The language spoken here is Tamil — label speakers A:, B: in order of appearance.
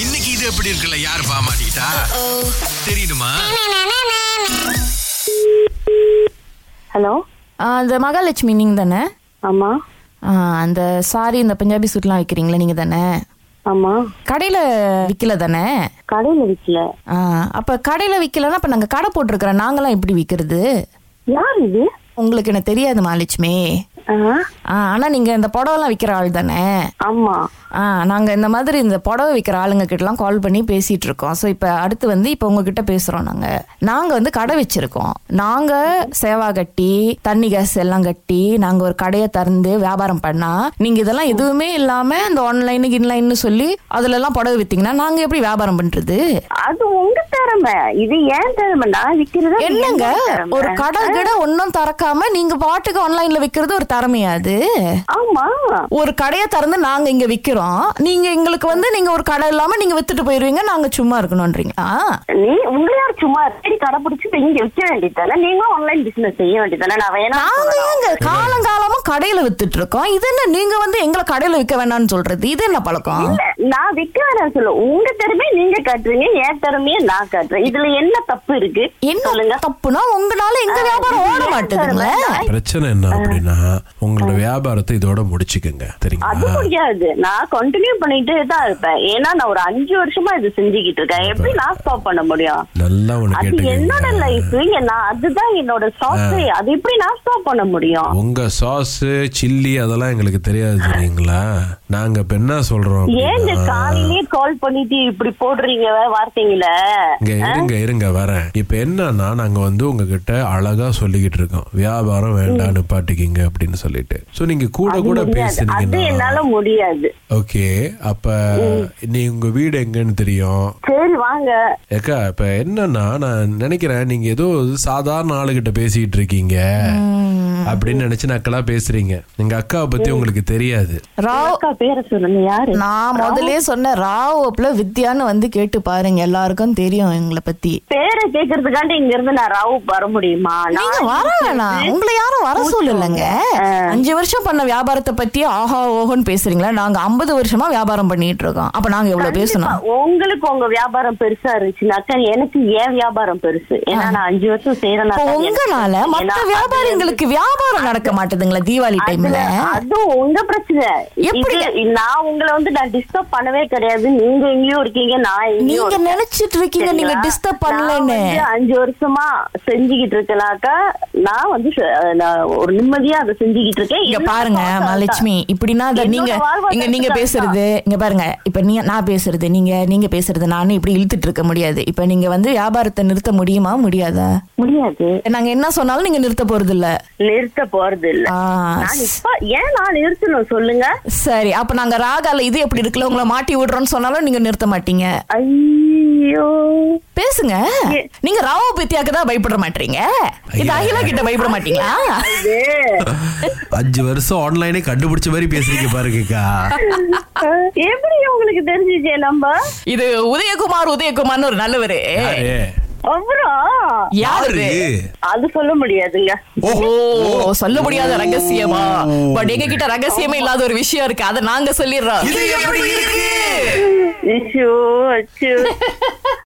A: இன்னைக்கு இது எப்படி இருக்குல்ல யார் பாமாட்டா தெரியுமா
B: ஹலோ
C: ஆ, அந்த மகாலட்சுமி நீங்கள் தானே
B: ஆமா
C: ஆ, அந்த சாரி இந்த பஞ்சாபி சூட்லாம் விற்கிறீங்களே நீங்கள் தானே
B: ஆமா
C: கடையில் விற்கல தானே
B: கடையில விற்கல
C: ஆ, அப்போ கடையில் விற்கலன்னா அப்போ நாங்கள் கடை போட்டிருக்கிறோம் நாங்களாம் எப்படி விற்கிறது
B: யார் இது
C: உங்களுக்கு எனக்கு தெரியாது மாலட்சுமி
B: ஆஹா.
C: ஆ ஆனால் நீங்கள் இந்த புடவைலாம் விற்கிற ஆள் தானே
B: ஆமா
C: ஆ நாங்கள் இந்த மாதிரி இந்த புடவை விற்கிற ஆளுங்க கிட்டலாம் கால் பண்ணி பேசிட்டு இருக்கோம் ஸோ இப்போ அடுத்து வந்து இப்போ உங்ககிட்ட பேசுகிறோம் நாங்கள் நாங்கள் வந்து கடை வச்சிருக்கோம் நாங்கள் சேவா கட்டி தண்ணி கேஸ் எல்லாம் கட்டி நாங்கள் ஒரு கடையை திறந்து வியாபாரம் பண்ணால் நீங்கள் இதெல்லாம் எதுவுமே இல்லாமல் இந்த ஆன்லைனு இன்லைன்னு சொல்லி அதுலலாம் புடவை விற்றீங்கன்னா நாங்கள் எப்படி வியாபாரம் பண்ணுறது
B: அது உங்க திறமை இது ஏன் திறமை நான் விக்கிறதா
C: என்னங்க
B: என் திறமை.
C: ஒரு கடை கடை ஒன்றும் திறக்காம நீங்கள் பாட்டுக்கு ஆன்லைனில் விற்கிறது ஒரு திறமையா அது
B: ஆமா
C: ஒரு கடையை திறந்து நாங்க இங்க விக்கிறோம் நீங்க எங்களுக்கு வந்து நீங்க ஒரு கடை இல்லாம நீங்க வித்துட்டு போயிருவீங்க நாங்க சும்மா இருக்கணும்ன்றீங்களா
B: நீ உங்க யார் சும்மா தேடி கடை பிடிச்சி இங்க விற்க வேண்டியதானே நீங்களும் ஆன்லைன் பிசினஸ் செய்ய வேண்டியதானே நான் வேணா
C: நாங்க ஏங்க காலங்காலமா கடையில வித்துட்டு இருக்கோம் இது என்ன நீங்க வந்து எங்களை கடையில விற்க வேணாம்னு சொல்றது இது என்ன பழக்கம்
B: இல்ல, நான் விற்க வேணாம் சொல்ல உங்க திறமையை நீங்க காட்டுறீங்க என் திறமையை நான் காட்டுறேன் இதுல என்ன தப்பு இருக்கு
C: என்ன தப்புனா உங்களால எங்க வியாபாரம் ஓட மாட்டேதுங்களே
D: பிரச்சனை என்ன
B: Uh-huh.
D: அப்படின்னா உங்களோட வியாபாரத்தை இதோட முடிச்சுக்குங்க
B: அது
D: சரிங்களா
B: முடியாது நான் கண்டினியூ பண்ணிட்டே தான் இருப்பேன் ஏன்னா நான் ஒரு அஞ்சு வருஷமா இது செஞ்சுக்கிட்டு இருக்கேன் எப்படி நான் ஸ்டாப் பண்ண முடியும்
D: நல்லா ஒண்ணு
B: அது என்னோட லைஃப்
D: கேட்டுக்கங்க
B: நான் அதுதான் என்னோட சாஃப்ட் அது எப்படி நான் ஸ்டாப் பண்ண முடியும்
D: உங்க சாஸ் சில்லி அதெல்லாம் எங்களுக்கு தெரியாது தெரியுங்களா நாங்க இப்ப என்ன சொல்றோம்
B: ஏங்க
D: அப்படின்னா,
B: காலையிலேயே கால் பண்ணிட்டு இப்படி போடுறீங்க வார்த்தைங்கள
D: இங்க இருங்க இருங்க வரேன் இப்ப என்னன்னா நாங்க வந்து உங்ககிட்ட அழகா சொல்லிக்கிட்டு இருக்கோம் வியாபாரம் வேண்டாம் நிப்பாட்டிக்கிங்க அப்படின்னு சொல்லிட்டு சோ நீங்க கூட கூட
B: முடியாது அது
D: பேசுனீங்கன்னா
B: என்னால முடியாது
D: ஓகே அப்ப நீ உங்க வீடு எங்கன்னு தெரியும்
B: சரி வாங்க
D: ஏக்கா இப்ப என்னன்னா நான் நினைக்கிறேன் நீங்க ஏதோ சாதாரண ஆளுகிட்ட பேசிக்கிட்டு இருக்கீங்க அப்படின்னு நினைச்சு நக்கலா பேசுறீங்க எங்க அக்காவை பத்தி உங்களுக்கு தெரியாது
C: ராவ்
B: அக்கா பேரை சொல்லுங்க யாரு
C: நான் முதல்லயே சொன்ன ராவ் அப்பல வித்யான்னு வந்து கேட்டு பாருங்க எல்லாருக்கும் தெரியும் எங்களை பத்தி
B: பேரை கேக்குறதுக்காண்டி இங்க இருந்து நான் ராவு வர முடியுமா
C: நீங்க
B: நான்
C: வர வேணாம் உங்களை யாரும் வர சொல்லலைங்க அஞ்சு வருஷம் பண்ண வியாபாரத்தை பத்தி ஆஹா ஓஹோன்னு பேசுறீங்களா நாங்க ஐம்பது வருஷமா வியாபாரம் பண்ணிட்டு இருக்கோம் அப்ப நாங்க எவ்வளவு பேசணும்
B: கண்டிப்பா. உங்களுக்கு உங்க வியாபாரம் பெருசா இருந்துச்சுனாக்கா எனக்கு ஏன் வியாபாரம் பெருசு ஏன்னா நான் அஞ்சு வருஷம் செய்யறேன்
C: இப்போ உங்கனால மத்த வியாபாரிங்களுக்கு வியாபாரம் நடக்க மாட்டேதுங்களா தீபாவளி டைம்ல
B: அது உங்க பிரச்சனை
C: எப்படி?
B: இது நான் உங்களை வந்து நான் டிஸ்டர்ப் பண்ணவே கிடையாது நீங்க எங்கேயும் இருக்கீங்க நான் எங்கேயும்
C: நீங்க
B: இருக்கேன்.
C: நினைச்சிட்டு இருக்கீங்க நீங்க
B: சரிங்களா?
C: டிஸ்டர்ப்
B: நான்
C: பண்ணலன்னு
B: வந்து அஞ்சு வருஷமா செஞ்சுக்கிட்டு இருக்கலாக்கா நான் வந்து ச- நான் ஒரு நிம்மதியா அதை செஞ்சுக்கிட்டு இருக்கேன்
C: இங்க
B: என்னோட
C: பாருங்க
B: வாழ்வாதாரம்
C: மகாலட்சுமி
B: தான்.
C: இப்படின்னா அத நீங்க
B: என்னோட வாழ்வாதாரம்
C: இங்க நீங்க
B: தான்.
C: பேசுறது இங்க பாருங்க இப்ப நீ நான் பேசுறது நீங்க நீங்க பேசுறது நானும் இப்படி இழுத்துட்டு இருக்க முடியாது இப்ப நீங்க வந்து வியாபாரத்தை நிறுத்த முடியுமா முடியாதா
B: முடியாது
C: நாங்க என்ன சொன்னாலும் நீங்க நிறுத்த போறது இல்ல
B: நிறுத்த போறது இல்ல
C: ஆ,
B: நான் இப்ப ஏன் நான் நிறுத்தணும் சொல்லுங்க
C: சரி அப்ப நாங்க ராகால இது எப்படி இருக்குல்ல உங்களை மாட்டி விடுறோம்னு சொன்னாலும் நீங்க நிறுத்த மாட்டீங்க
B: ஐயோ
C: பேசுங்க நீங்க ராவ பித்தியாக்கு தான் பயப்பட மாட்டீங்க இது அகிலா கிட்ட பயப்பட மாட்டீங்களா
B: இது
D: அஞ்சு வருஷம் ஆன்லைனே கண்டுபிடிச்ச மாதிரி பேசுறீங்க பாருங்கக்கா
B: எப்படி உங்களுக்கு தெரிஞ்சுச்சு நம்ம
C: இது உதயகுமார் உதயகுமார்னு ஒரு நல்லவரு
D: யாரு?
B: அப்புறம்
C: யாரு
D: யாரு?
B: அது சொல்ல முடியாதுங்க
C: ஓ சொல்ல முடியாத ரகசியமா பட் எங்க கிட்ட ரகசியமே இல்லாத ஒரு விஷயம் இருக்கு அதை நாங்க சொல்லிடுறோம்
D: இது எப்படி இருக்கு
B: ஐயோ அச்சோ